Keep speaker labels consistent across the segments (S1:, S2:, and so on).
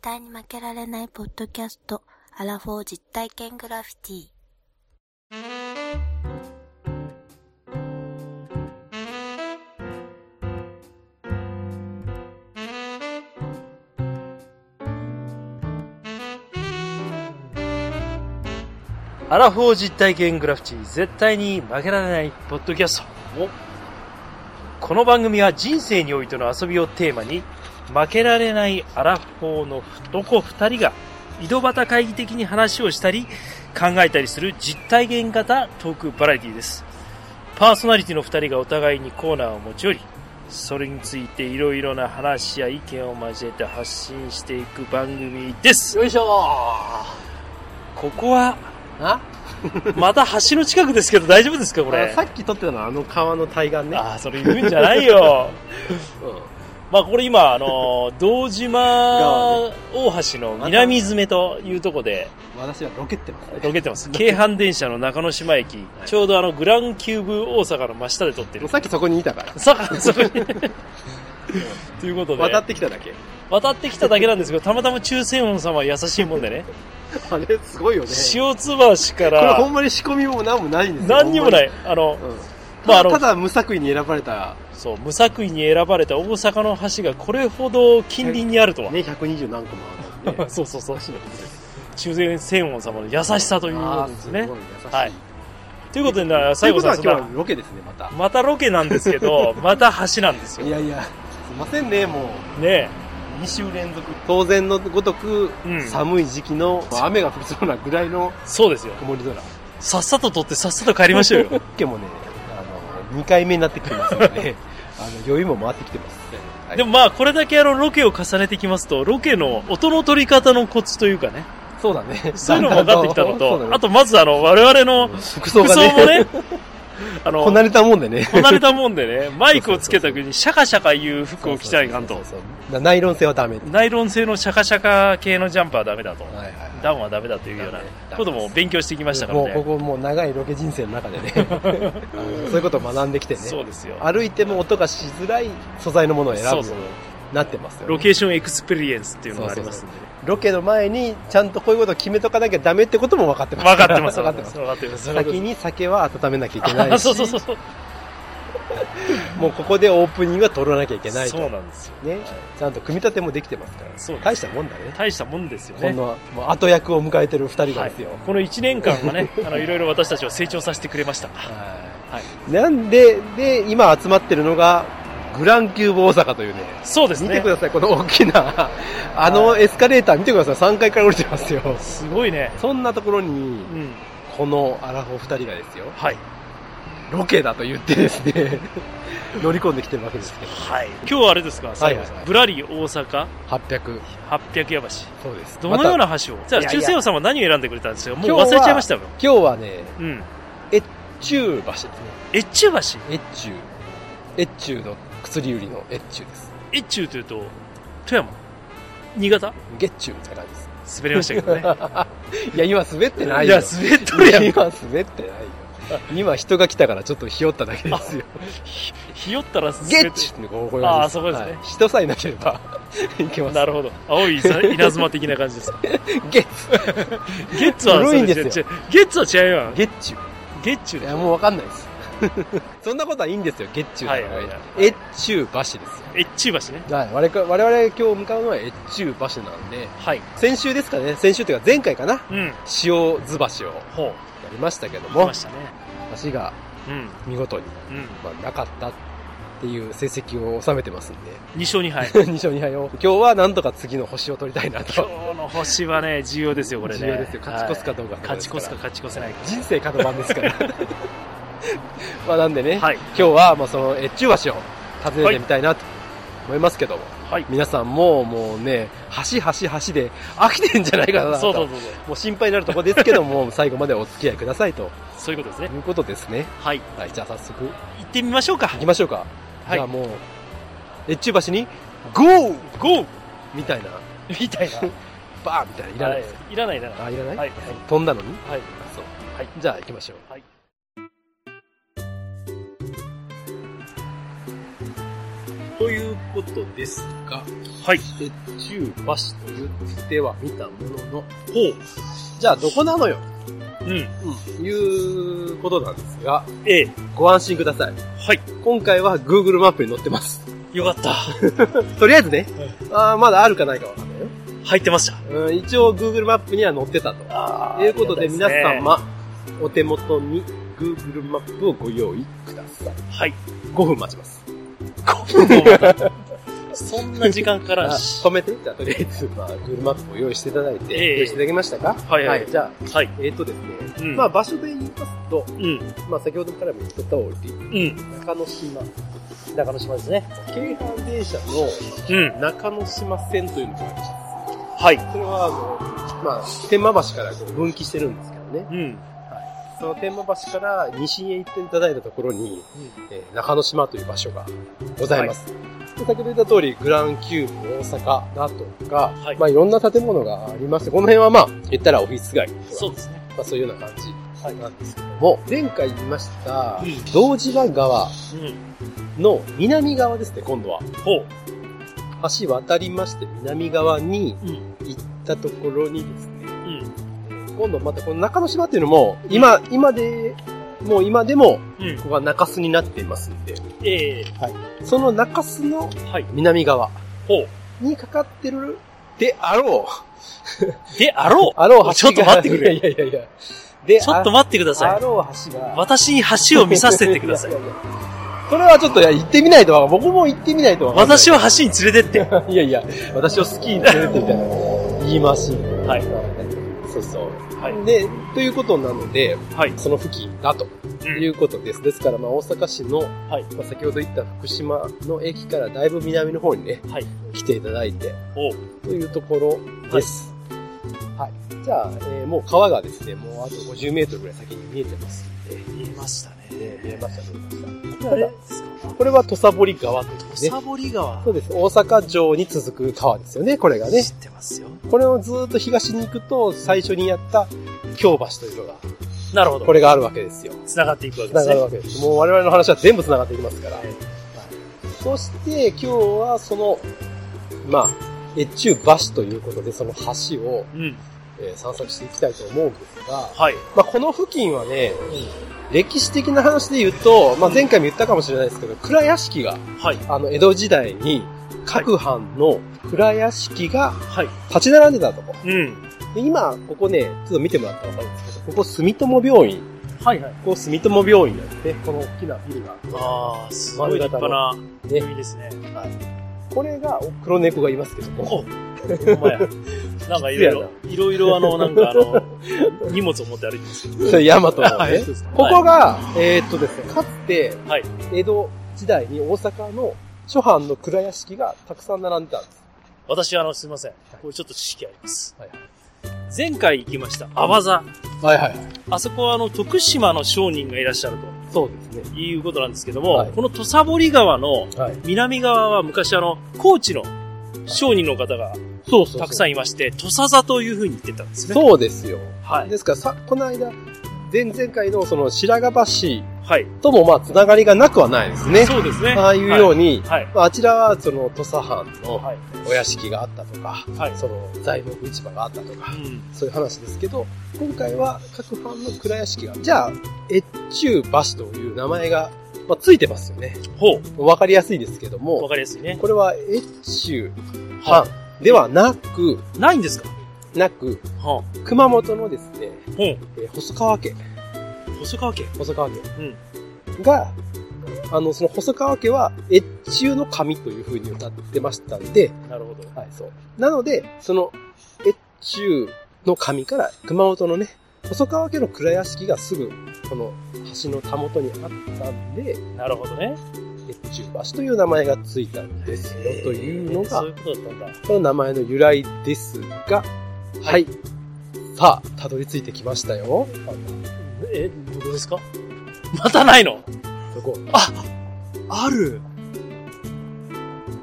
S1: 対に負けられないポッドキャスト、アラフォー実体験グラフィティ。
S2: アラフォー実体験グラフィティ絶対に負けられないポッドキャストこの番組は人生においての遊びをテーマに負けられないアラフォーの男2人が井戸端会議的に話をしたり考えたりする実体験型トークバラエティですパーソナリティの2人がお互いにコーナーを持ち寄りそれについていろいろな話や意見を交えて発信していく番組です
S3: よいしょ
S2: ここは
S3: ーあ
S2: また橋の近くですけど大丈夫ですかこれ
S3: さっき撮ってたのはあの川の対岸ね。
S2: ああ、それ言うんじゃないよ。
S3: う
S2: まあこれ今、あのー、堂島
S3: 川
S2: 大橋の南詰めというとこで、
S3: ん。私はロケってますね。
S2: ロケってます。京阪電車の中之島駅、ちょうどあのグランキューブ大阪の真下で撮って
S3: も
S2: る。
S3: うさっきそこにいたから。
S2: さあ、そこに。ということで、
S3: 渡ってきただけ。
S2: 渡ってきただけなんですけど、たまたま中世音様は優しいもんで ね、
S3: あれ、すごいよね。
S2: 塩津橋か
S3: これほ
S2: ら
S3: んまに仕込みも何もないんですよ。
S2: 何にもない、あの
S3: ほん、まに。うん。
S2: まああ
S3: た
S2: の
S3: だただ無作為に選ばれた、
S2: そう、無作為に選ばれた大阪の橋がこれほど近隣にあるとは。
S3: ね、120何個もあるね。
S2: そうそうそう。中禅仙音様の優しさということです
S3: あー
S2: ね
S3: すご。い優しい。
S2: はいということでな、
S3: とい
S2: 最
S3: うこ
S2: 後
S3: と
S2: さ
S3: は
S2: ん、
S3: 今日
S2: そ
S3: はロケですね、また
S2: んな。またロケなんですけ ど、また橋なんですよ。
S3: い
S2: ね
S3: やいや、すいませんね、もう。
S2: え。
S3: 2週連続。当然のごとく
S2: うん、
S3: 寒い時期の雨が降りそうなぐらいの
S2: そうですよ。
S3: 曇り空。
S2: さっさと取ってさっさと帰りましょうよ。
S3: 今日もね、あの、2回目になってきてますの で、あの、余裕も回ってきてます。はい
S2: でもまあ、これだけあの、ロケを重ねてきますと、ロケの音の取り方のコツというかね、
S3: そうだね。
S2: そういうのも分かってきたの
S3: そうだ
S2: と、
S3: ね
S2: あ、とまずあの、我々の
S3: 服装
S2: 服
S3: が
S2: 装も
S3: ね、
S2: ね、 あの、
S3: こなれたもんでね。
S2: こなれたもんでね、マイクをつけた時にシャカシャカいう服を着ちゃいかんと
S3: そう。そうそう。ナイロン製はダメ。はい
S2: ナイロン製のシャカシャカ系のジャンパーはダメだと。
S3: はいはい。
S2: ダウンはダメだというようなことも勉強してきましたから
S3: もうこ
S2: ね。
S3: こもう長いロケ人生の中 でね、あのそういうことを学んできてね。
S2: そうですよ。
S3: 歩いても音がしづらい素材のものを選ぶ
S2: そ
S3: よ
S2: うそうう
S3: に。なってますよね、
S2: ロケーションエクスペリエンスっていうのがありますんで。
S3: ロケの前にちゃんとこういうことを決めとかなきゃダメってことも分かってます。
S2: 分かってます。
S3: 分
S2: 分か
S3: か
S2: っ
S3: っ
S2: て
S3: て
S2: ま
S3: ます
S2: す。。分かってます。
S3: 先に酒は温めなきゃいけな
S2: あ。
S3: い し
S2: そうそうそうそう。
S3: もうここでオープニングは取らなきゃいけないと
S2: そうなんですよ。
S3: ね、ちゃんと組み立てもできてますから、
S2: そうです
S3: 大したもんだね。
S2: 大したもんですよ
S3: こ
S2: ね。
S3: の、もう後役を迎えてる二人が
S2: はい
S3: ですよ。。
S2: この1年間が ね、あの、いろいろ私たちを成長させてくれました。は。
S3: はいいなんで、で、今集まってるのが、グランキューブ大阪というね、
S2: そうです
S3: 見て
S2: ね
S3: く。ださい、この大きな、あのエスカレーター見てください、3階から降りてますよ。
S2: すごいね。
S3: そんなところに
S2: う、ん。
S3: このアラフォー二人がですよ、
S2: はい。
S3: ロケだと言ってです ね、乗り込んできてるわけですけど、
S2: はい。今日はあれですか、最後
S3: はいはい
S2: ブラリー大阪
S3: 800。
S2: 800矢橋。
S3: そうです。
S2: どのような橋をじゃあ、
S3: いやい
S2: 中
S3: や
S2: 世王さんは何を選んでくれたんですかもう
S3: 今日は
S2: 忘れちゃいましたよ。
S3: また今日はね、
S2: うん。
S3: 越中橋ですね。
S2: 越中橋
S3: 越中。越中の薬売りの越中です。
S2: 越中というと、富山新潟
S3: 月中みたいな感じです。
S2: 滑りましたけ どね。
S3: いや、今滑ってない
S2: い
S3: よ。
S2: や、滑っとるやん。
S3: 今滑ってないよ。 今人が来たからちょっとひよっただけですよ。
S2: ひよったら滑って
S3: ゲ
S2: る
S3: ッチュってこうこういう
S2: あー
S3: 感じ
S2: そこですね
S3: はい人さえいなければいけます。
S2: なるほど。青い ざ稲妻的な感じですか。
S3: ゲッ
S2: ゲッツは
S3: 古いん
S2: それ
S3: ですよ
S2: 違うゲッツは違うやん。
S3: ゲッチュ。
S2: ゲッチュ
S3: い
S2: で
S3: や、もうわかんないです。 そんなことはいいんですよ、ゲッチュの方がい
S2: はい
S3: い
S2: はい
S3: 越中橋ですよ。
S2: 越中橋ね。
S3: はい、我々我々今日向かうのは越中橋なんで、
S2: はい。
S3: 先週ですかね、先週というか前回かな、
S2: うん。
S3: 塩津橋をや
S2: ほう。
S3: りましたけど
S2: 来
S3: も
S2: ま、したね。
S3: 橋が
S2: うん。
S3: 見事に、
S2: うん。
S3: まあ、なかったっていう成績を収めてますんで、
S2: 2勝2敗。
S3: 2勝2敗を、今日はなんとか次の星を取りたいな
S2: 今
S3: と。
S2: 日の星はね、重要ですよ、これね。
S3: 重要ですよ。勝ち越すかどうか
S2: はい
S3: と
S2: 勝ち越すか
S3: です
S2: 勝ち越せない
S3: ら。人生角番です から。 まあなんでね、
S2: か。はい。
S3: 今日はまあその越中橋を訪ねてみたいなと思いますけども、
S2: はい。
S3: 皆さんももうね、橋橋橋で飽きてんじゃないかなと。
S2: そうそうそうそう。
S3: もう心配になるところですけども、 最後までお付き合いくださいと
S2: そういうことですね。
S3: いうことですね。
S2: はい。
S3: はい、じゃあ早速行
S2: 行ってみましょうか。
S3: きましょうか。
S2: は
S3: じゃあ
S2: い。
S3: もう、越中橋に、ゴー
S2: ゴー
S3: みたいな、
S2: みたいな。
S3: バーンみたいな、いらないです。
S2: いらない、いらない。
S3: あ、いらない、
S2: はい。
S3: 飛んだのに
S2: はい。
S3: そう。
S2: はい。
S3: じゃあ行きましょう。
S2: はい
S1: 「
S3: ということですが、
S2: はい。
S3: 鉄柱橋と言っては見たものの、じゃあどこなのよ、
S2: うん。
S3: うん、いうことなんですが、
S2: ええ。
S3: ご安心ください。
S2: はい。
S3: 今回は Google マップに載ってます。
S2: よかった。
S3: とりあえずね、あーまだあるかないかわかんないよ。
S2: 入ってました。
S3: うん、一応 Google マップには載ってたと。
S2: あ
S3: ということで皆
S2: は
S3: 様、お手元に Google マップをご用意ください。
S2: い。
S3: 5分待ちます。
S2: 5分も待たないそんな時間か
S3: あ
S2: らし。
S3: 止めて。じゃあ、とりあえず、まあ、Google マップを用意していただいて、
S2: ええ
S3: 用意していただけましたか
S2: はいはい
S3: じゃ
S2: はい。
S3: あ、えっ、とですね、
S2: うん
S3: まあ、場所で言いますと、
S2: うん。
S3: まあ、先ほどからも言った通り、
S2: うん。
S3: 中野島、
S2: 中之島ですね。
S3: 京阪電車
S2: うん。
S3: の中野島線というのがあります。
S2: はい。
S3: それは、あの、まあ、天満橋からこう分岐してるんですけどね。
S2: うん。
S3: その天満橋から西へ行っていただいたところに、えー中之島という場所がございます。で先ほど言った通り、グランキューブ大阪だとか、
S2: はい
S3: まあいろんな建物がありまして、この辺はまあ言ったらオフィス街とか、
S2: そうですね。
S3: まあそういうような感じ
S2: はい。
S3: なんですけども、前回言いました、
S2: うん
S3: 道志川川
S2: うん。
S3: の南側ですね、今度は。
S2: ほう。
S3: 橋渡りまして南側に
S2: うん。
S3: 行ったところにですね、
S2: うん。
S3: 今度またこの中之島っていうのも、今、今で、もう今でも、
S2: うん
S3: こ。こが中洲になっていますんで、
S2: ええ
S3: その中洲の
S2: はい。
S3: 南側
S2: ほう。
S3: にかかってるであろ
S2: であろ
S3: う。
S2: う
S3: あろう橋が。
S2: ちょっと待ってくれ
S3: いやいやいやいや。で、
S2: ちょっと待ってくだ
S3: あ
S2: さ
S3: あ
S2: い。
S3: ろう橋が。
S2: 私に橋を見させてください
S3: や。やや。それはちょっと、いや、行ってみないとわ僕も行ってみないとわかんない。
S2: 私を橋に連れてって。
S3: は。いやいや、私をスキーに連れてってみたいな。言い回し。
S2: はい。
S3: そうそう。
S2: はい。
S3: で、ということなので、
S2: はい。
S3: その付近だと
S2: うん
S3: いうことです。ですから、まあ、大阪市の、
S2: はい。
S3: まあ、先ほど言った福島の駅からだいぶ南の方にね、
S2: はい。
S3: 来ていただいて、
S2: ほう。
S3: というところです。はい。じゃあ、えーもう川がですね、もうあと50メートルぐらい先に見えてますんで、
S2: 見えましたね。
S3: えー見えました、見えました。
S2: あれ
S3: これは土佐堀川というね。
S2: 土佐堀川。
S3: そうです。大阪城に続く川ですよね、これがね
S2: 知。ってますよ。
S3: これをずーっと東に行くと、最初にやった京橋というのが、
S2: なるほど。
S3: これがあるわけですよ。
S2: 繋がっていくわけで
S3: 繋
S2: す
S3: が
S2: ね
S3: る。わけです。もう我々の話は全部繋がっていきますから。
S2: はい
S3: そして、今日はその、まあ、越中橋ということで、その橋を、
S2: うん。
S3: えー散策していきたいと思うんですが、
S2: はい。
S3: まあ、この付近はね、歴史的な話で言うと、まあ、前回も言ったかもしれないですけど、蔵屋敷が、
S2: はい。
S3: あの、江戸時代に、各藩の蔵屋敷が
S2: はい。
S3: 立ち並んでたとこ。
S2: うん。
S3: で今、ここね、ちょっと見てもらったらわかるんですけど、ここ住友病院。
S2: はいはい。
S3: ここ住友病院なんですね。この大きなビルがあって。
S2: ああ、すごい立派な
S3: ね
S2: 海ですね。
S3: これが、お黒猫がいますけども。
S2: おほんまや。なんかい ろいろ、いろいろあの、なんかあ の、荷物を持って歩いてますけど。
S3: それヤマトの
S2: は
S3: ね
S2: い。
S3: ここが、えーっとですね、かつて、
S2: はい
S3: 江戸時代に大阪の諸藩の蔵屋敷がたくさん並んでたんです。
S2: 私、あの、すいません。これちょっと知識あります
S3: はい。
S2: 前回行きました、アバザ。
S3: はいはいはい。
S2: あそこは、あの、徳島の商人がいらっしゃると
S3: そうですね。
S2: いうことなんですけども、
S3: はい
S2: この土佐堀川の
S3: はい。
S2: 南側は昔、あの、高知の商人の方が
S3: そうそう
S2: たくさ
S3: ん
S2: んいまして、土佐座というふうに言ってたんですね。
S3: そうですよ。
S2: はい。
S3: ですからさ、この間、前々回のその白髪橋
S2: はい。
S3: ともまあつながりがなくはないですね。
S2: そうですね。
S3: ああいうように、
S2: はい。
S3: まああちらはその土佐藩の
S2: はい。
S3: お屋敷があったとか、
S2: はい。
S3: その材木市場があったとか、
S2: うん。
S3: そういう話ですけど、今回は各藩の蔵屋敷が、じゃあ、越中橋という名前が、まあ、ついてますよね。
S2: ほ
S3: わかりやすいですけど
S2: う。わ
S3: も、
S2: かりやすいね。
S3: これは越中藩ではなく、
S2: ないんですか
S3: なく、
S2: は
S3: 熊本のですね、
S2: あ。ほう。
S3: えー細川家、
S2: 細川家。
S3: 細川家が、あの、その細川家は越中の神という風に歌ってましたんで、
S2: なるほど。
S3: はい、そう。なので、その、越中の神から熊本のね、細川家の蔵屋敷がすぐ、この橋のたもとにあったんで、
S2: なるほどね。
S3: 越中橋という名前がついたんですよ、というの
S2: そうい
S3: が、
S2: うことだったんだ。
S3: この名前の由来ですが、はい。さあ、たどり着いてきましたよ。
S2: え、どこですかまたないの
S3: そこ。
S2: ある。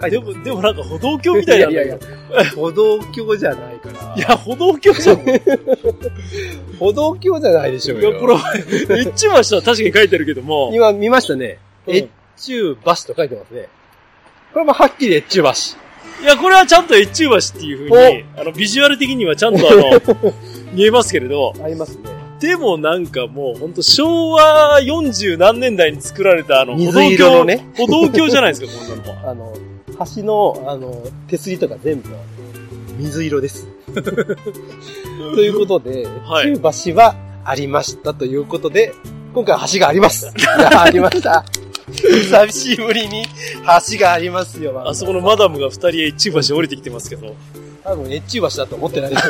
S3: 書いて
S2: で
S3: ます
S2: も、でもなんか歩道 橋みたいなんだ
S3: い
S2: けど
S3: やいやいや、歩道橋じゃないから。
S2: いや、歩道橋じゃん。いや、
S3: 歩道橋じゃないでしょうよ。
S2: こ れ、エッチました確かに書いてあるけども。
S3: 今見ましたね。
S2: うん
S3: 越中橋と書いてますね。これもはっきり越中橋。
S2: いや、これはちゃんと越中橋っていう風に、あの、ビジュアル的にはちゃんとあの、 見えますけれど、
S3: ありますね。
S2: でもなんかもう、ほんと昭和40何年代に作られたあの、歩
S3: 水
S2: 道
S3: 色
S2: 橋、
S3: のね、
S2: 歩道橋じゃないですか、こんなのは。
S3: あの、橋の、あの、手すりとか全部、水色 です。ということで、
S2: はい
S3: 旧橋はありましたということで、今回は橋があります。 ありました。久しぶりに橋がありますよ。
S2: あそこのマダムが二人越中橋降りてきてますけど、
S3: 多分、越中橋だと思ってないでしょ。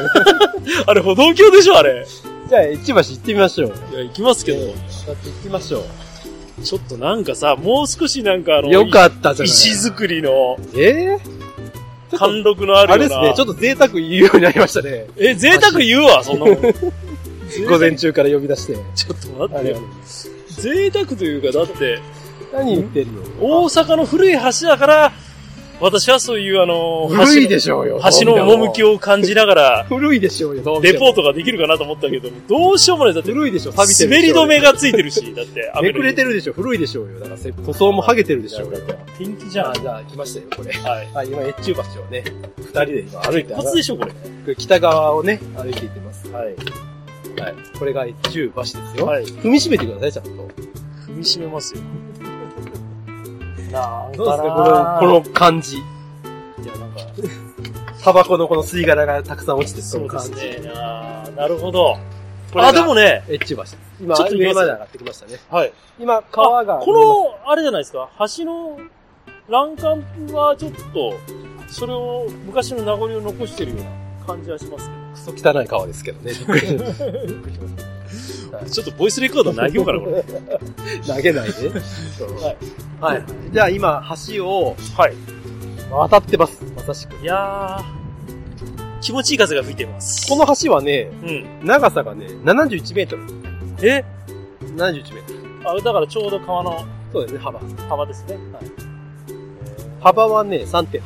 S2: あれ歩道橋でしょ、あれ。
S3: じゃあ、越中橋行ってみましょう。
S2: いや、行きますけど、
S3: やって行きましょ
S2: ちょっとなんかさ、もう少しなんかあの、
S3: う。よかったじゃない。
S2: 石造りの、
S3: えー
S2: 貫禄のある
S3: あ
S2: ような。
S3: れですね、ちょっと贅沢言うようになりましたね。
S2: え、贅沢言うわ、そんな もん。
S3: 午前中から呼び出して。
S2: ちょっと待
S3: あ
S2: って
S3: れ
S2: よ。贅沢というか、だって、
S3: 何言ってるの
S2: 大阪の古い橋だから、私はそういうあの、
S3: 古いでしょうよ。
S2: 橋の橋の趣を感じながら、
S3: 古いでしょうよ。
S2: レポー
S3: ト。
S2: トができるかなと思ったけど、どうしようもない。だって、
S3: 古いでしょ、錆びてる。
S2: 滑り止め。がついてるし、だって、
S3: めくれて
S2: る。
S3: るでしょ、古いでしょうよ。だからせ、塗装も剥げてるでしょうよ。
S2: ピンキじ
S3: じ
S2: ゃ
S3: ゃ
S2: ん
S3: あ、。じゃあ、来ましたよ、これ。
S2: はい。
S3: あ、今、越中橋をね、二人で今歩いて、
S2: 一発でしょ、これ。
S3: 北側をね、歩いていってます。
S2: はい。
S3: はい。これが越中橋ですよ。
S2: はい。
S3: 踏みしめてください、ちゃんと。どうで
S2: 踏みしめますよ。なん
S3: すか、この、この感じ。
S2: の、いや、なんか、
S3: タバコのこの吸い殻がたくさん落ちて
S2: そう
S3: る
S2: で
S3: 感
S2: す
S3: じ。
S2: ね。あーなるほど。
S3: これが
S2: あ、でもね、
S3: 越中橋。今、
S2: ちょっと見えま
S3: 上
S2: す
S3: まで上がってきましたね。
S2: はい。
S3: 今、川が。
S2: この、あれじゃないですか、橋の欄干はちょっと、それを昔の名残を残してるような感じはします
S3: クソ汚い川ですけど ね。
S2: けど。ちょっとボイスレコーダー投げようかな、これ。
S3: 投げないで。
S2: はい
S3: はい。じゃあ今、橋を
S2: はい。
S3: 渡ってます。まさしく。
S2: いやー、気持ちいい風が吹いてます。
S3: この橋はね、
S2: うん。
S3: 長さがね、71メートル。
S2: え
S3: 71メートル。
S2: あ、だからちょうど川の
S3: そうですね、幅。
S2: 幅ですね。はい。
S3: 幅はね、3.8メートル。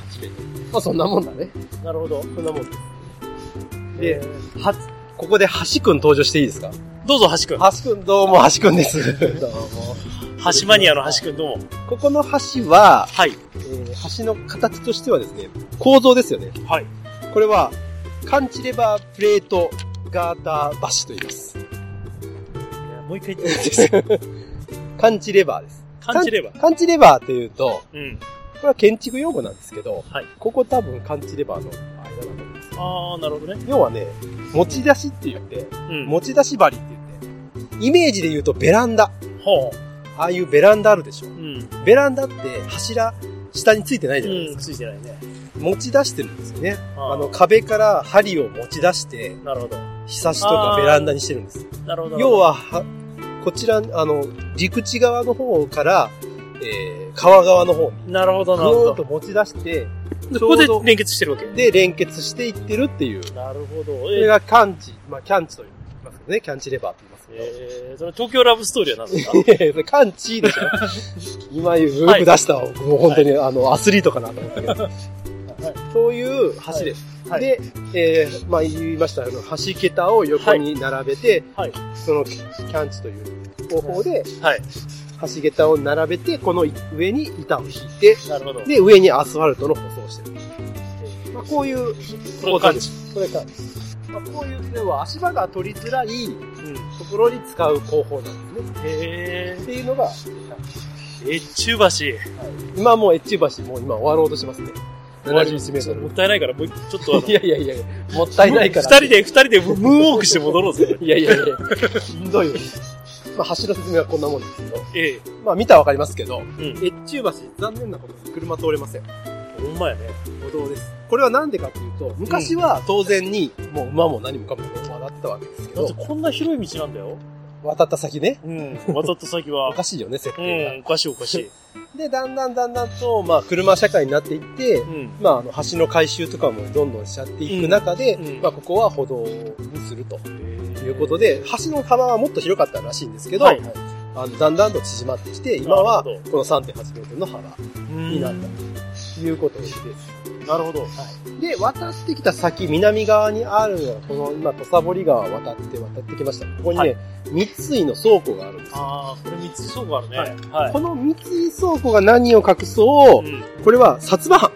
S3: まあそんなもんだね。
S2: なるほど。そんなもん
S3: で、は、ここで橋くん登場していいですか
S2: どうぞ、橋くん。
S3: 橋くんどうも橋くんです。どうも。
S2: 橋マニアの橋くんどうも。
S3: ここの橋は、
S2: はい。
S3: えー橋の形としてはですね、構造ですよね。
S2: はい。
S3: これは、カンチレバープレートガーター橋と言います。
S2: もう一回言ってですか
S3: カンチレバーです。
S2: 感じれば。
S3: カンチレバーっていうと、
S2: うん。
S3: これは建築用語なんですけど、
S2: はい
S3: ここ多分カンチレバーの間だと思うんです。
S2: あー、なるほどね。
S3: 要はね、持ち出しって言って、
S2: うん。
S3: 持ち出し針って言って、イメージで言うとベランダ。
S2: ほ
S3: ああいうベランダあるでしょ
S2: う。。うん。
S3: ベランダって柱、下についてないじゃないで
S2: うん、
S3: す
S2: つ
S3: か。
S2: いてないね。
S3: 持ち出してるんですよね。
S2: あ
S3: あの、壁から針を持ち出して、
S2: なるほど。
S3: ひさしとか
S2: あー
S3: ベランダにしてるんです。
S2: なるほど。
S3: 要、は、はこちら、あの、陸地側の方から、えー、川側の方に、
S2: なるほど、
S3: ぐ
S2: なるほ
S3: ーっと
S2: ど。
S3: 持ち出して、
S2: で
S3: ち
S2: こ
S3: ょ
S2: こ
S3: う
S2: で
S3: ど
S2: 連結してるわけ。
S3: で、連結していってるっていう。
S2: なるほど。
S3: これ
S2: え
S3: がキャンチ、まあ、キャンチと言いますけどね、キャンチレバーって言いますけど。
S2: えー、その東京ラブストーリーは何ですか
S3: いやいやそれカンチでしょ今言う、よく出した、もう本当に、あの、アスリートかなと思ったけど。そういう橋です。
S2: はい
S3: で、えー、まあ言いました、あの、橋桁を横に並べて、
S2: はいは
S3: その、キャンチという方法で、
S2: はい。
S3: 橋桁を並べて、この上に板を引いて、
S2: なるほど。
S3: で、上にアスファルトの舗装をしてる。まあ、こういう、
S2: これカンチ
S3: チ。これカンチ。まあ、こういう、では足場が取りづらい
S2: うん。
S3: ところに使う工法なんですね。
S2: へ
S3: っていうのが、
S2: え。越中橋。
S3: 今もう越中橋もう今終わろうとしてますね。71メー
S2: ちょ
S3: ト
S2: っともっ
S3: ル。
S2: たいないから、もう一ちょっとあの、
S3: いやいやいやいや、もったいないから。
S2: 二人で、二人でムーンウォークして戻ろうぜ。
S3: いやいやいや、しんどいよ。まあ、橋の説明はこんなもんですけど。
S2: ええ。
S3: まあ、見たらわかりますけど、
S2: うん。
S3: 越中橋、残念なことに車通れません。
S2: ほんまやね。
S3: 歩道です。これはなんでかっていうと、昔は当然に、もう馬も何もかも渡ったわけですけ
S2: だって
S3: ど、
S2: こんな広い道なんだよ。
S3: 渡った先ね、
S2: うん。渡った先
S3: お
S2: は。
S3: かしいよね、設
S2: う
S3: 定が。
S2: ん、おかしいおかしい。
S3: で、だんだんだんだんと、まあ、車社会になっていって、
S2: うん。
S3: まあ、あの、橋の改修とかもどんどんしちゃっていく中で、
S2: うんうん
S3: まあ、ここは歩道にすると。
S2: とい
S3: ということで、橋の幅はもっと広かったらしいんですけど、
S2: はいはい
S3: あのだんだんと縮まってきて、今は
S2: なるほ
S3: この3.8メートルの幅
S2: に
S3: になったたということです。です。
S2: なるほど。
S3: で、渡ってきた先、南側にある、この今、土佐堀川を渡って渡ってきました。ここにね、
S2: はい
S3: 三井の倉庫があるんですよ。
S2: ああ、これ三つそうがあるね。
S3: は
S2: はいい。
S3: この三井倉庫が何を隠そう、
S2: うん
S3: これは薩摩藩。
S2: こ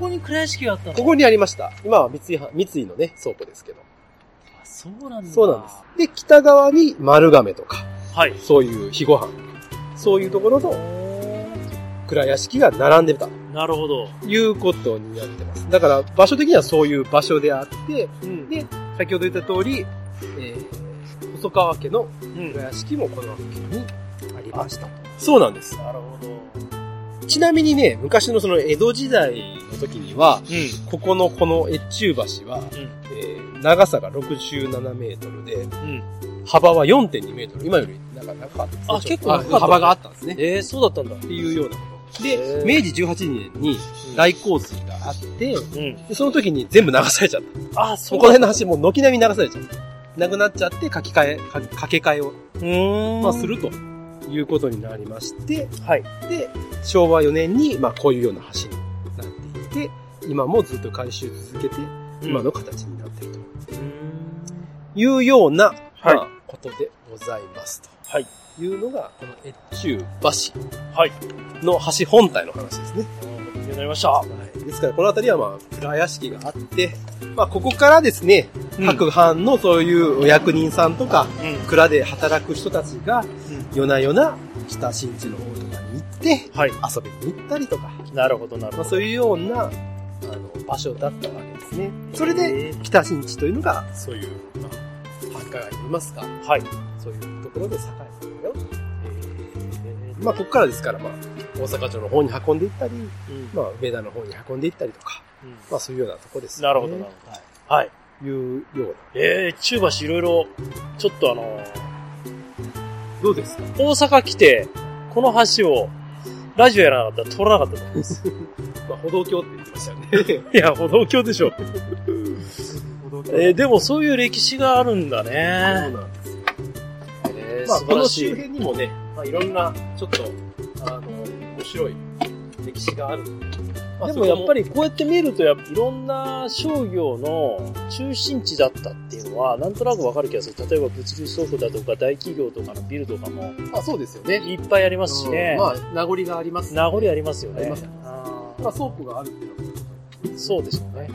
S2: こに倉敷があったの
S3: ここにありました。今は三井藩、三井のね、倉庫ですけど。
S2: あそうなんだ。
S3: そうなんです。で、北側に丸亀とか、
S2: す。はい。
S3: そういう肥後藩、そういうところの蔵屋敷が並んでた。
S2: なるほど。
S3: いうことになってます。だから場所的にはそういう場所であって、
S2: うん
S3: で、先ほど言った通り、えー細川家の
S2: うん
S3: 屋敷もこの付近に
S2: ありました。
S3: そうなんです。
S2: なるほど。うん。
S3: ちなみにね、昔のその江戸時代の時には、ここのこの越中橋は、
S2: うん
S3: えー長さが67メートルで、
S2: うん。
S3: 幅は4.2メートル。今よりなんか長かったですね
S2: あ結構長かった
S3: あ幅があったんですね。
S2: ええそうだったんだ。
S3: っていうようなこと。
S2: へー、
S3: で明治18年に大洪水があって、
S2: うん。
S3: でその時に全部流されちゃった。
S2: あ、
S3: そ
S2: そ
S3: こら
S2: こ
S3: 辺の橋もう軒並み流されちゃった。なくなっちゃって書き換え、か掛け替えを、
S2: うーん。
S3: まあ、す。るということになりまして、
S2: はい。
S3: で、昭和4年に、まあ、こういうような橋になっていて、今もずっと改修続けて、今の形になっていると
S2: うん。
S3: いうような、
S2: はい
S3: まあことでございますと。
S2: はい。
S3: いうのが、この越中橋
S2: はい。
S3: の橋本体の話ですね。
S2: 勉強になりました。
S3: はい、ですから、この辺りは、まあ、蔵屋敷があって、まあ、ここからですね、各藩のそういうお役人さんとか、
S2: うん。うん。
S3: 蔵で働く人たちが、夜な夜な北新地の方とかに行って、
S2: はい。
S3: 遊びに行ったりとか、
S2: なるほど、なる
S3: ま
S2: ほど。
S3: あ、そういうような、あの、場所だったわけですね。それで、
S2: え
S3: 北新地というのが、そういう、まあ、繁華街といいますか、
S2: ー、はい。
S3: そういうところで栄えてるよ。まあ、ここからですから、まあ、大阪城の方に運んでいったり、
S2: うん
S3: まあ、梅田の方に運んでいったりとか、
S2: うん
S3: まあ、そういうようなとこです、
S2: なるほど、なるほど。はい。
S3: ど。いうよう
S2: えー、中橋いろいろ、ちょっとあのー
S3: な。どうですか
S2: 大阪来て、この橋を、ラジオやらなかったら通らなかったと思います。
S3: まあ、歩道橋って言ってましたよ ね。
S2: いや、歩道橋でしょ。
S3: 歩道橋
S2: えー、でもそういう歴史があるんだ
S3: そう
S2: ね。
S3: なんです。
S2: えー、
S3: まあ、
S2: 素
S3: こ
S2: 晴
S3: の
S2: らし
S3: 周
S2: い。
S3: 辺にもね、まあ、いろんな、ちょっと、あの、面白い歴史がある。まあ
S2: でもやっぱ
S3: り、
S2: りこうやって見るとやっぱいろんな商業の中心地だったっていうのはなんとなくわかる気がする。例えば物流倉庫だとか大企業とかのビルとかも
S3: あ、そうですよね。
S2: いっぱいありますしね。
S3: うんまあ、名残があります。
S2: 名残ありますよね。
S3: ありますよ
S2: あー
S3: まあ、倉庫があるっていうのは、
S2: そうですよね。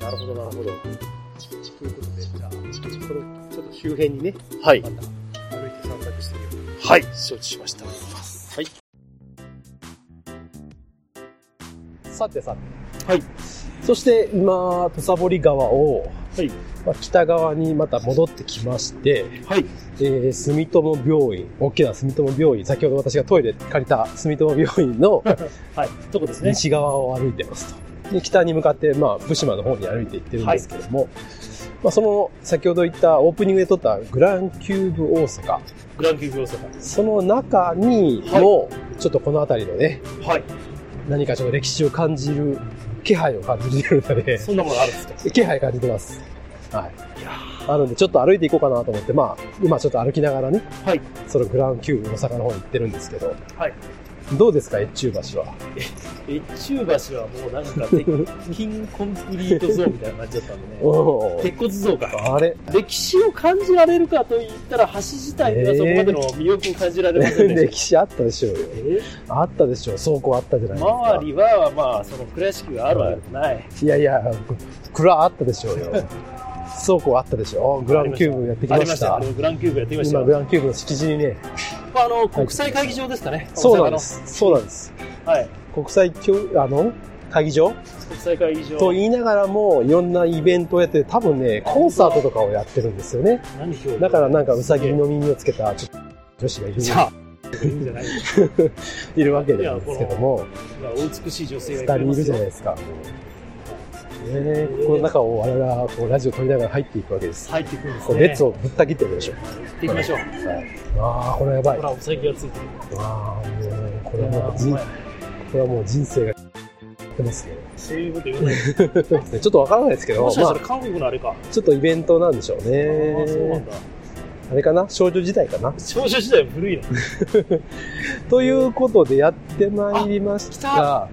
S2: なるほど、なるほど。
S3: ということで、じゃあ、この、ちょっと周辺にね、
S2: はい。
S3: また歩いて散策してみよう。
S2: はい、承知しました。はい。
S3: さてさて。
S2: はい。
S3: そして今、土佐堀川を、
S2: はい
S3: まあ、北側にまた戻ってきまして、
S2: はい。
S3: えー、住友病院、大きな住友病院、先ほど私がトイレ借りた住友病院 の
S2: はい。とこですね。
S3: 西側を歩いてますと。で、北に向かって、まあ、福島の方に歩いていってるんですけども、まあ、その、先ほど言ったオープニングで撮ったグランキューブ大阪、
S2: グランキューブ大阪。
S3: その中にも、ちょっとこの辺りのね、
S2: はい。
S3: 何かちょっと歴史を感じる、気配を感じてるので、
S2: そんなものがあるんですか
S3: 気配感じてます。はい。なので、ちょっと歩いていこうかなと思って、まあ、今ちょっと歩きながらね、
S2: はい。
S3: そのグランキューブ大阪の方に行ってるんですけど、
S2: はい。
S3: どうですか、越中橋は。
S2: 越中橋はもうなんか、 鉄筋コンクリート像みたいになっちゃったんで
S3: お
S2: ね。
S3: おー
S2: 鉄骨像か。
S3: あれ
S2: 歴史を感じられるかと言ったら、橋自体にはそこまでの魅力を感じられませんでし
S3: 歴史あったでしょうよ。
S2: た。え
S3: あったでしょう。倉庫あったじゃないですか。
S2: 周りは、まあ、その倉敷があるわけでもない。
S3: いやいや、蔵あったでしょうよ。倉庫あったでしょう。グランキューブやってき
S2: あ
S3: ま
S2: りま
S3: し
S2: した。
S3: た
S2: あ。のグランキューブやってみました
S3: 今、
S2: よ。
S3: グランキューブの敷地にね、
S2: あの、国際会議場ですかね。
S3: そうなんで。す。そうなんです。
S2: はい。
S3: 国際教、あの、会議場
S2: 国際会議場。
S3: と言いながらも、いろんなイベントをやって、多分ね、コンサートとかをやってるんですよね。
S2: 何表現
S3: だからなんか、うさぎの耳をつけた、ちょっと、女子がいる
S2: じゃあ、いいんじゃない
S3: いるわけなんですけども、
S2: お美しい女性
S3: 二
S2: が
S3: 人いるじゃない
S2: い
S3: ですか。ねえ、この中を我々はこうラジオ撮りながら入っていくわけです。
S2: 入ってくるんです
S3: こう
S2: ね。
S3: 列をぶった切ってるでしょ。
S2: 行っていきましょう。
S3: ああ、これはやばい。
S2: ほ
S3: あ
S2: ら、お酒がついてる。
S3: あ、もうね、これは
S2: あ
S3: もう
S2: ーお
S3: 人、こ
S2: 前
S3: れはもう人生が、ってますね。
S2: そういうこと言わない。
S3: ちょっとわからないですけど、
S2: も
S3: ま
S2: しかしたら
S3: あ、
S2: 韓国のあれか。
S3: ちょっとイベントなんでしょう
S2: あーそうな
S3: ね
S2: ん。だ。
S3: あれかな少女時代かな
S2: 少女時代は古いな。
S3: ということでやってまいりまし
S2: あ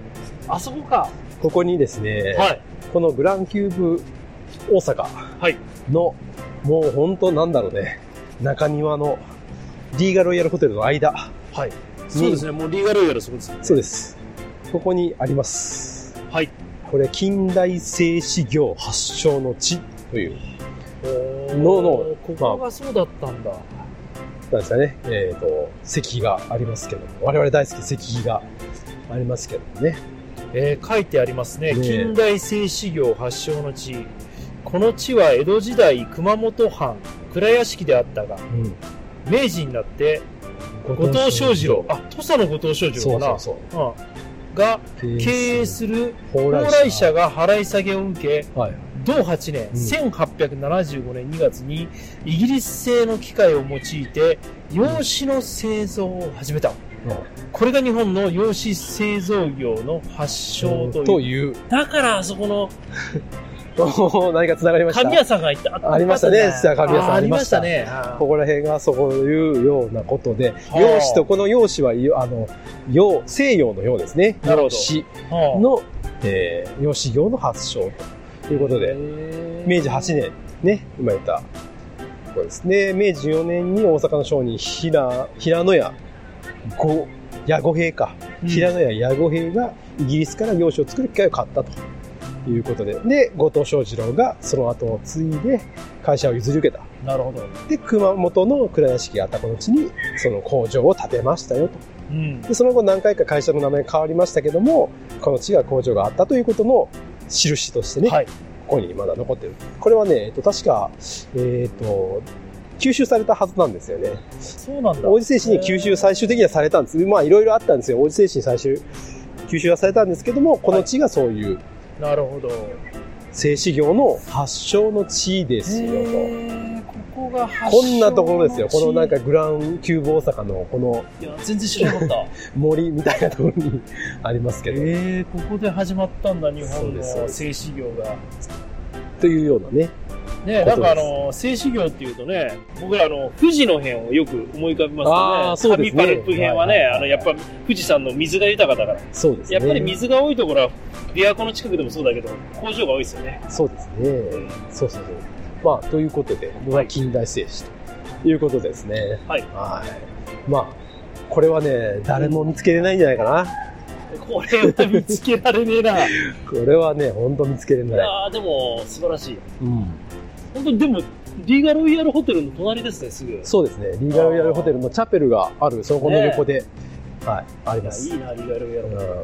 S3: た。
S2: あそこか。
S3: ここにですね、
S2: はい。
S3: このグランキューブ大阪
S2: はい。
S3: の、もう本当なんだろうね、中庭のリーガロイヤルホテルの間。
S2: はい。そうですね。もうリーガルーやらそうですね。
S3: そうです。ここにあります。
S2: はい。
S3: これ、近代製紙業発祥の地という、
S2: の
S3: のの
S2: ここがそうだったんだ。
S3: なんですかね、えっ、と、石碑がありますけども、我々大好き石碑がありますけどもね。
S2: えー書いてありますね。
S3: ねえ
S2: 近代製紙業発祥の地。この地は江戸時代熊本藩倉屋敷であったが、
S3: うん。
S2: 明治になって後藤正二郎、あ、土佐の後藤正二
S3: そ
S2: 郎
S3: う
S2: かな。
S3: そうそう。
S2: うんが経営する
S3: 蓬
S2: 高麗社が払い下げを受け、
S3: はい。
S2: 同8年、1875年2月にイギリス製の機械を用いて用紙の製造を始めた。これが日本の用紙製造業の発祥という。
S3: という。
S2: だからあそこの
S3: お ー何か繋がりました。
S2: 神谷さんが行った。
S3: ありましたね
S2: あった
S3: 神谷さん
S2: あ
S3: あ
S2: り
S3: り
S2: ま
S3: ま
S2: し
S3: したた
S2: ね。
S3: ここら辺がそういうようなことで、
S2: あ
S3: 用紙と、この用紙は、よあの、用、西洋のようですね。
S2: なるほど
S3: 用
S2: はあ
S3: 紙の、えー、用紙業の発祥ということで、明治8年、ね、生まれた。ここですね。明治4年に大阪の商人、平、平野屋、ご、矢後兵か。
S2: うん
S3: 平野屋矢後兵がイギリスから用紙を作る機会を買ったということで。で、後藤正二郎がその後を継いで会社を譲り受けた。
S2: なるほど。
S3: で、熊本の倉屋敷があったこの地に、その工場を建てましたよと。
S2: うん。
S3: で、その後何回か会社の名前変わりましたけども、この地が工場があったということの印としてね、
S2: はい。
S3: ここにまだ残ってる。これはね、えっと、確か、えっ、と、吸収されたはずなんですよね。
S2: そうなんだ。
S3: 王子製紙に吸収最終的にはされたんです。まあ、いろいろあったんですよ。王子製紙に最終、吸収はされたんですけども、この地がそういう
S2: なるほど。
S3: 製紙業の発祥の地ですよ
S2: へ
S3: と。
S2: ーここが発祥
S3: こんなところですよ。
S2: の地
S3: このなんかグランキューブ大阪のこの
S2: いや、全然知らなかった。
S3: 森みたいなところにありますけど、
S2: ええここで始まったんだ、日
S3: そ
S2: 本
S3: うですそう
S2: の
S3: です
S2: 製紙業が。
S3: というようなね。
S2: ね、
S3: こ
S2: な
S3: とです
S2: んかあの、製紙業っていうとね、僕らあの、富士の辺をよく思い浮かびますよね。
S3: あーそうですね
S2: 紙パルプ編はね、
S3: はいはいはい
S2: あの、やっぱ富士山の水が豊かだから。
S3: そうですね。
S2: やっぱり水が多いところは、琵琶湖の近くでもそうだけど、工場が多いですよね。
S3: そうですね。そうそうそう。まあ、ということで、これは近代製紙ということですね。
S2: はい
S3: はい。まあ、これはね、誰も見つけれないんじゃないかな。
S2: これは見つけられねえな。
S3: これ はね、ほんと見つけれない。
S2: ああ、でも、素晴らしい。
S3: うん。
S2: 本当にでも、リーガロイヤルホテルの隣ですね、すぐ。
S3: そうですね。リーガロイヤルホテルのチャペルがある、そこの横で、はい、ありま
S2: い
S3: す。
S2: やいいな、リーガロイヤルホ
S3: う
S2: テ
S3: ん
S2: ル。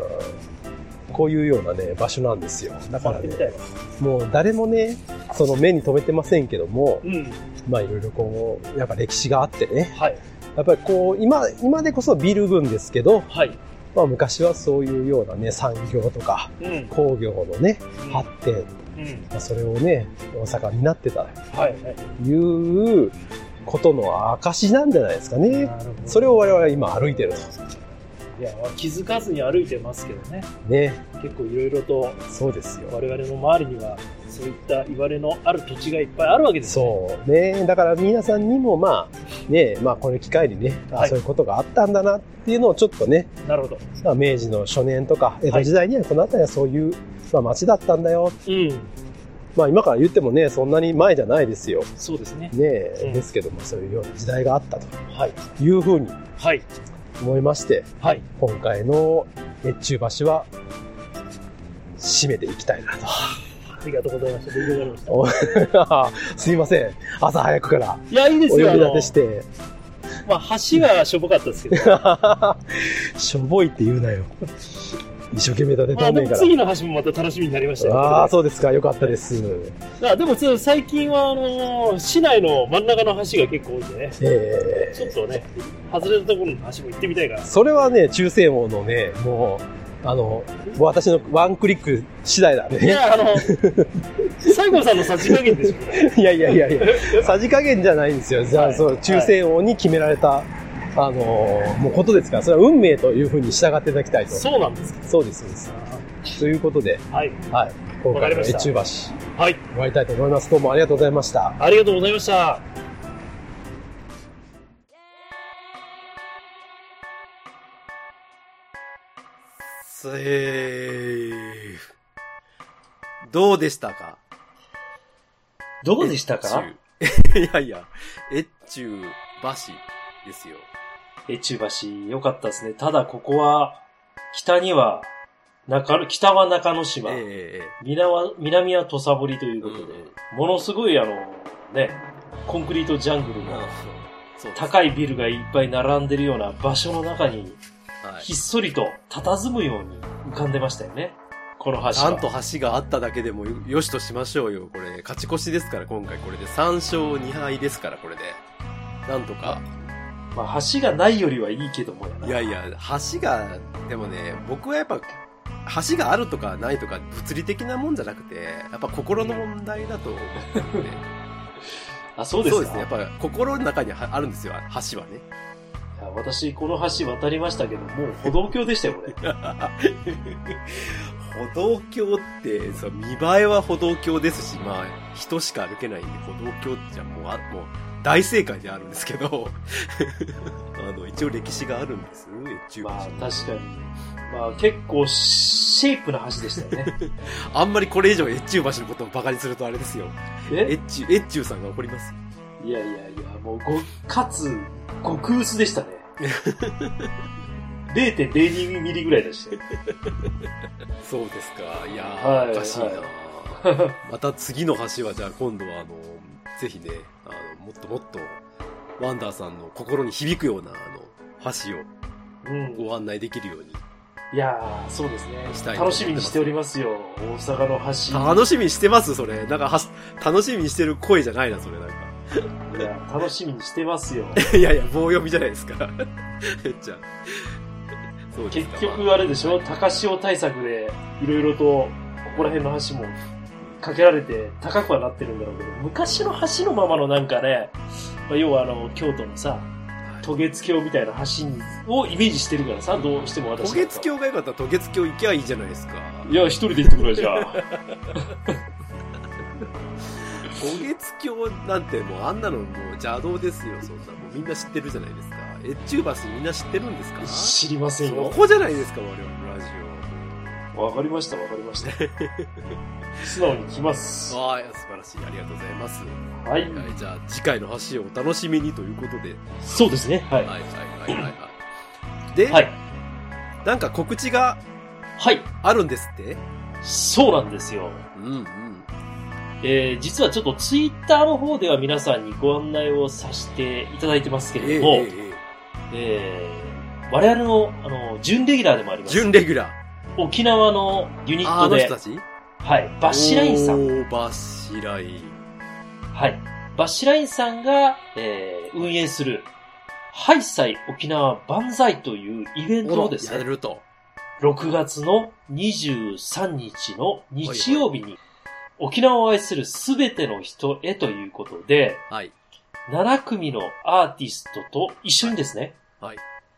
S3: こういうようなね、場所なんですよ。だか
S2: 行っ
S3: ら
S2: て
S3: ね
S2: み、たいな。
S3: もう誰もね、その目に留めてませんけども、
S2: うん。
S3: まあいろいろこう、やっぱ歴史があってね、
S2: はい。
S3: やっぱりこう、今、今でこそビル群ですけど、
S2: はい。
S3: まあ、昔はそういうようなね、産業とか
S2: うん。
S3: 工業のね、発展、
S2: うん。
S3: まあそれをね、大阪になってた
S2: はい。はい。
S3: ということの証なんじゃないですかね。
S2: なるほど
S3: それを我々は今歩いてると。
S2: いや気づかずに歩いてますけどね
S3: ね、
S2: 結構いろいろと
S3: そうですよ。
S2: 我々の周りにはそういった言われのある土地がいっぱいあるわけですよ
S3: そうね、だから皆さんにもまあ、ね、まあこれ機会にね、あ
S2: はい
S3: そういうことがあったんだなっていうのをちょっとね、
S2: なるほど
S3: まあ明治の初年とか江戸時代にはこの辺りはそういう、まあ、町だったんだよ。
S2: うん
S3: まあ今から言ってもね、そんなに前じゃないですよ。
S2: そうですね
S3: ね
S2: うん
S3: ですけども、そういうような時代があったと。
S2: はい
S3: いうふうに
S2: はい
S3: 思いまして、
S2: はい
S3: 今回の越中橋は、締めていきたいな
S2: ありがとうございました勉強になりました
S3: と。 すいません。朝早くから、
S2: いやいいで
S3: お呼
S2: す
S3: び
S2: よあ
S3: 立
S2: の
S3: てして。
S2: まあ橋がしょぼかった ですけど
S3: しょぼいって言うなよ。一生懸命立て
S2: ま
S3: た
S2: あ
S3: んね
S2: で
S3: え
S2: も
S3: か
S2: 次の橋もまた楽しみになりました
S3: ら。ああー、
S2: よ
S3: そうですか。よかったです。
S2: あでもそう最近はあのー市内の真ん中の橋が結構多いんでね
S3: え
S2: ちょっとね外れたところの橋も行ってみたいから
S3: ー、それはね、中世王のね、もう、あの、私のワンクリック次第だ
S2: い
S3: ね。
S2: やあの西郷さんのさじ加減でしょ
S3: いやいやいやいや。 さじ加減じゃないんですよ。じゃあ、
S2: はい
S3: そう、中世王に決められた、あのーもうことですから、それは運命というふうに従っていただきたいと。
S2: そうなんです
S3: そうです、そうです。ということで、
S2: はい。
S3: はい。今
S2: わか
S3: 回
S2: り
S3: の
S2: まし
S3: 越
S2: た
S3: 中橋、終
S2: はい。
S3: わりたいと思います。どうもありがとうございました。
S2: ありがとうございました。
S4: セーフ。
S3: どうでしたか
S5: どうでしたか
S3: 越中いやいや、越中橋ですよ。
S5: 越中橋、良かったですね。ただここは、北には、中野、北は中之島、
S3: ええええ
S5: 南は、南は土佐堀ということで、
S3: うん
S5: ものすごいあの、ね、コンクリートジャングルの
S3: そうです
S5: 高いビルがいっぱい並んでるような場所の中に、
S3: はい
S5: ひっそりと佇むように浮かんでましたよね。この橋は。
S3: ちゃんと橋があっただけでもよよしとしましょうよ。これ、勝ち越しですから、今回これで。3勝2敗ですから、これで。なんとか。
S5: まあ、橋がないよりはいいけどもやな。
S3: いやいや、橋が、でもね、僕はやっぱ、橋があるとかないとか、物理的なもんじゃなくて、やっぱ心の問題だと思って、ね、
S5: あ、 そうですか
S3: ね。やっぱ心の中にはあるんですよ、橋はね。
S5: いや私、この橋渡りましたけど、もう歩道橋でしたよ、これ。
S3: 歩道橋って、そう、見栄えは歩道橋ですし、まあ、人しか歩けないんで、歩道橋じゃもう、あもう、大正解であるんですけど、 あの、一応歴史があるんですよね、中
S5: まあ、
S3: 国
S5: 確かに。まあ、結構、シェイプな橋でしたよね。
S3: あんまりこれ以上越中橋のことをバカにするとあれですよ。
S5: え
S3: 越中、越中さんが怒ります。
S5: いやいやいや、もう、ご、かつ、極薄 でしたね。0.02ミリぐらいでしたよ。
S3: そうですか。いやー、
S5: はい
S3: おかし いな、
S5: は
S3: また次の橋は、じゃあ今度は、あの、ぜひね、あの、もっともっと、ワンダーさんの心に響くような、あの、橋を
S5: うん。
S3: ご案内できるように。
S5: いやー、そうですね
S3: したい。と思って
S5: 楽
S3: ます
S5: しみにしておりますよ。大阪の橋。
S3: 楽しみにしてますそれ。なんかは、楽しみにしてる声じゃないな、それなんか。
S5: いや、楽しみにしてますよ。
S3: いやいや、棒読みじゃないです か。えっちゃん。そうです
S5: 結
S3: か。まあ
S5: 局、あれでしょ高潮対策で、いろいろと、ここら辺の橋も、かけられて、高くはなってるんだろうけど、昔の橋のままのなんかね、まあ、要はあの、京都のさ、渡月橋みたいな橋にをイメージしてるからさ、どうしても私
S3: 渡
S5: なん
S3: 月
S5: か
S3: 橋が良かったら渡月橋行きゃいいじゃないですか。
S5: いや、一人で行ってくれじゃあ。
S3: 渡月橋なんてもうあんなのもう邪道ですよ、そんな。もうみんな知ってるじゃないですか。越中橋みんな知ってるんですか
S5: 知りません
S3: そ
S5: よ。
S3: こじゃないですか、我々のラジ
S5: わかりました、わかりました。素直に来ます
S3: オ。。わあ、素晴らしい。ありがとうございます。
S5: はい。
S3: はい、じゃあ次回の橋をお楽しみにということで。
S5: そうですね。は
S3: はい
S5: い。
S3: はいはいはいはい。で、
S5: はい。
S3: なんか告知が
S5: はい。
S3: あるんですって
S5: そうなんですよ。
S3: うんうん。
S5: えー実はちょっとツイッターの方では皆さんにご案内をさせていただいてますけ
S3: え
S5: れ
S3: え
S5: ども、
S3: え
S5: え
S3: ええ
S5: ー我々の、あの、準レギュラーでもあり
S3: え
S5: ます。
S3: 準レギュラー。
S5: 沖縄のユニッ
S3: ああ
S5: ト
S3: の
S5: で
S3: 人た、ち
S5: はい、バッシュラインさん、
S3: おーバッシュライン。
S5: はい、バッシュラインさんが、えー運営する、ハイサイ沖縄万歳というイベントをです
S3: や
S5: ね、
S3: ると。
S5: 6月の23日の日曜日に、沖縄を愛するすべての人へということで、
S3: はい。
S5: 7組のアーティストと一緒にですね、
S3: はい。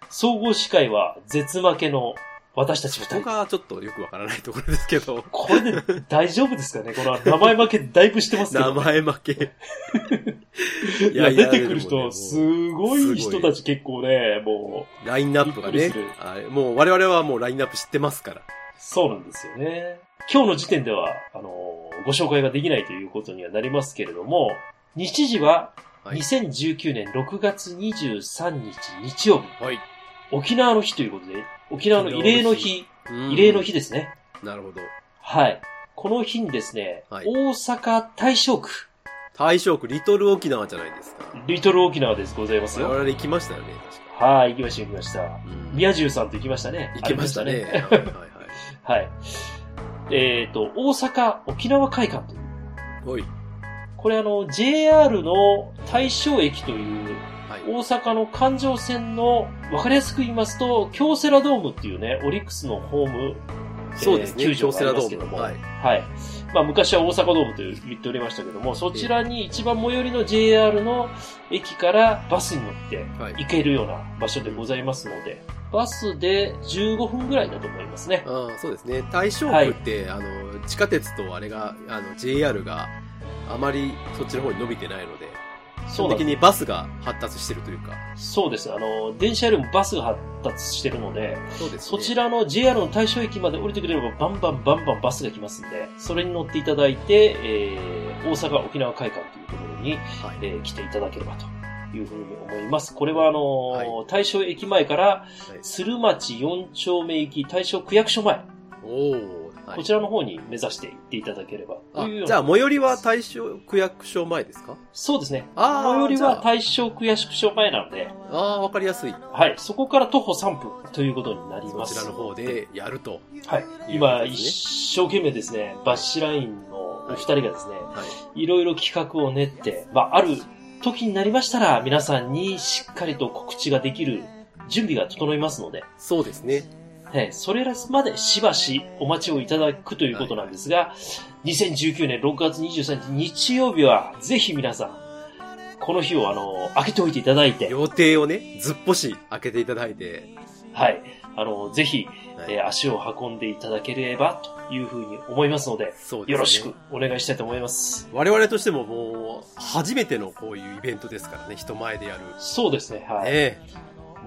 S5: 総合司会は絶負けの私たち
S3: そこ
S5: 2人。
S3: がちょっとよくわからないところですけど。
S5: これで大丈夫ですかねこの名前負けだいぶしてますけ
S3: 名
S5: ど。
S3: 前負け。
S5: いや、出てく
S3: でもね
S5: る
S3: も
S5: 人、
S3: う
S5: すごい人たち結構ね、もう、
S3: ラインナップが
S5: びっ
S3: ね
S5: くりす。
S3: あれもう我々はもうラインナップ知ってますから。
S5: そうなんですよね。今日の時点では、あの、ご紹介ができないということにはなりますけれども、日時は
S3: はい
S5: 2019年6月23日日曜日、
S3: はい。
S5: 沖縄の日ということで、沖縄の慰霊の日、慰霊の日ですね。
S3: なるほど。
S5: はい。この日にですね、
S3: はい
S5: 大阪大正区、
S3: 大正区、リトル沖縄じゃないですか。
S5: リトル沖縄ですございます
S3: 我
S5: よ。
S3: 々行きましたよね、確か。
S5: はい、行きました、行きました。
S3: うん
S5: 宮中さんと行きましたね。
S3: 行きましたね。
S5: あ
S3: は
S5: り
S3: いはいはい。
S5: はい。えっ、と、大阪沖縄会館という。
S3: おい。
S5: これあの、JR の大正駅という、
S3: はい。
S5: 大阪の環状線の、わかりやすく言いますと、京セラドームっていうね、オリックスのホーム、
S3: そうですね。
S5: えー球場
S3: 京セラ
S5: があり
S3: ド
S5: ますけど
S3: ーム。
S5: も
S3: はい。
S5: はい。まあ、昔は大阪ドームと言っておりましたけども、そちらに一番最寄りの JR の駅からバスに乗って
S3: はい。
S5: 行けるような場所でございますので、バスで15分ぐらいだと思いますね。
S3: ああそうですね大正区って、あの地下鉄とあれがあの JR があまりそっちの方に伸びてないので基
S5: そう
S3: 本
S5: なん
S3: 的
S5: です
S3: にバスが発達してるというか。
S5: そうです。あの、電車よりもバスが発達してるので、
S3: そうです、
S5: そ
S3: ね。
S5: ちらの JR の対象駅まで降りてくれればバンバンバンバンバスが来ますんで、それに乗っていただいて、えー大阪沖縄会館というところに、
S3: はい。
S5: えー来ていただければというふうに思います。これはあのー
S3: は
S5: 大正駅前から
S3: い
S5: 鶴町4丁目行き大正区役所前、
S3: おーはい
S5: こちらの方に目指して行っていただければと
S3: あ
S5: いうような。
S3: じゃあ、最寄りは大正区役所前ですか
S5: そうですね。
S3: あ
S5: 最寄りは
S3: あ
S5: 大正区役所前なので、
S3: あー、わかりやすい。
S5: はい、そこから徒歩3分ということになり
S3: そ
S5: ます。
S3: ちらの方でやると。
S5: はい。今、一生懸命ですね、バッシュラインのお二人がですね、
S3: はい。
S5: いろいろ企画を練って、まあ、ある時になりましたら、皆さんにしっかりと告知ができる準備が整いますので、
S3: そうですね。
S5: はい、それらまでしばしお待ちをいただくということなんですが、2019年6月23日日曜日は、ぜひ皆さん、この日をあの、開けておいていただいて、
S3: 予定をね、ずっぽし開けていただいて。
S5: はい、あの、ぜひ、
S3: はい
S5: えー足を運んでいただければというふうに思いますので、
S3: そうですね。
S5: よろしく。お願いしたいと思います。
S3: 我々としてももう、初めてのこういうイベントですからね、人前でやる。
S5: そうですね、は
S3: ね
S5: い。
S3: え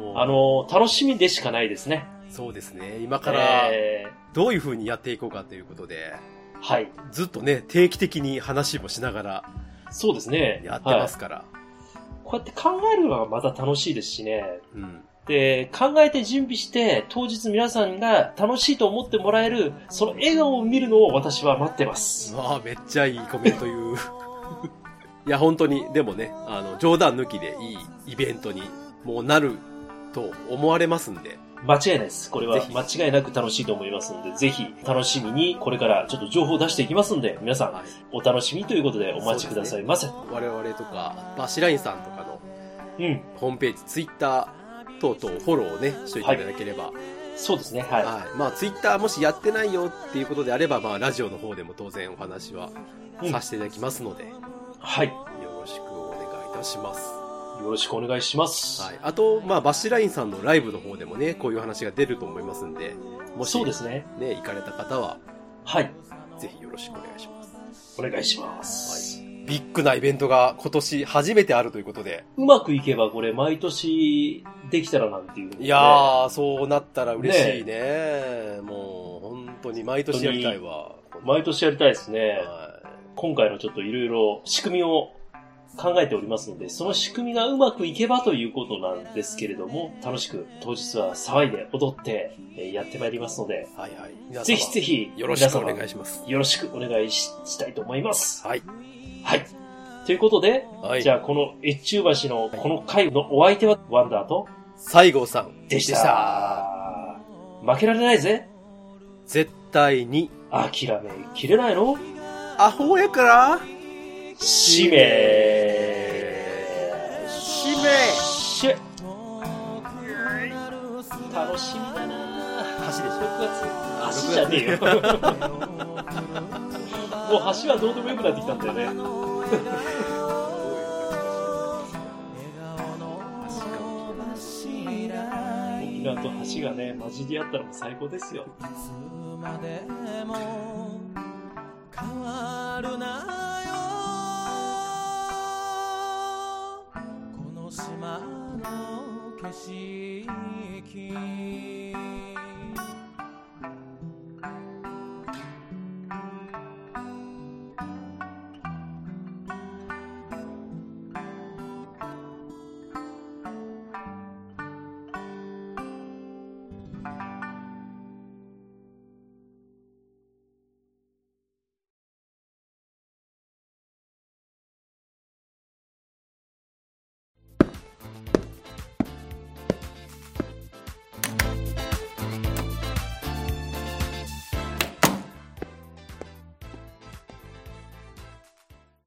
S3: もう、
S5: あの、楽しみでしかないですね。
S3: そうですね。今から、
S5: え
S3: どういう風にやっていこうかということで、
S5: ーはい。
S3: ずっとね、定期的に話もしながら
S5: そうですね。
S3: やってます
S5: はい。
S3: から。
S5: こうやって考えるのがまた楽しいですしね。
S3: うん。
S5: で、考えて準備して、当日皆さんが楽しいと思ってもらえる、その笑顔を見るのを私は待ってます。
S3: わあ、めっちゃいいコメント言う。 いや、本当に、でもね、あの、冗談抜きでいいイベントにもうなると思われますんで、
S5: 間違いないです。これは
S3: ぜひ
S5: 間違いなく楽しいと思いますので、ぜひ楽しみに、これからちょっと情報を出していきますんで、皆さん
S3: はい
S5: お楽しみということでお待ちくださいませ。う
S3: 我々とか、バシラインさんとかの
S5: ん。
S3: ホームページ、ツイッター等々フォローをね、しといていただければ、はい。
S5: そうですね。はい。
S3: まあ、ツイッターもしやってないよっていうことであれば、まあ、ラジオの方でも当然お話は
S5: うん
S3: させていただきますので、
S5: はい。よ
S3: よろしくお願いいたします。
S5: ろしくお願いします。
S3: はい。あと、まあ、バッシュラインさんのライブの方でもね、こういう話が出ると思いますんで、もし、
S5: そう
S3: ね
S5: ですね。
S3: 行かれた方は、
S5: はい。
S3: ぜひよろしくお願いします。
S5: お願いします。
S3: ビッグなイベントが今年初めてあるということで、
S5: うまくいけばこれ毎年できたらなんていう、
S3: いやー、そうなったら嬉しいね。もう、本当に毎年やりたいわ。
S5: 毎年やりたいですね。
S3: は
S5: 今回のちょっといろいろ仕組みを考えておりますので、その仕組みがうまくいけばということなんですけれども、楽しく当日は騒いで踊ってえーやってまいりますので、
S3: い。はいはい。皆様
S5: ぜひぜひ
S3: よろしくお願
S5: 皆
S3: いします
S5: 様。よろしくお願いししたいと思います。
S3: はい。
S5: はい。ということで、
S3: はい。
S5: じゃあこの越中橋のこの回のお相手はワンダーと
S3: 西郷さん
S5: でした。負けられないぜ。
S3: 絶対に、
S5: 諦めきれないの
S3: アホやから、
S5: 使命
S3: 使命
S5: し楽しみだな
S3: 橋でしょ
S5: 6月橋じゃね えよもう橋はどうでもよくなってきたんだよね 沖縄と橋がね混じり合ったらもう最高ですよ
S6: この島の景色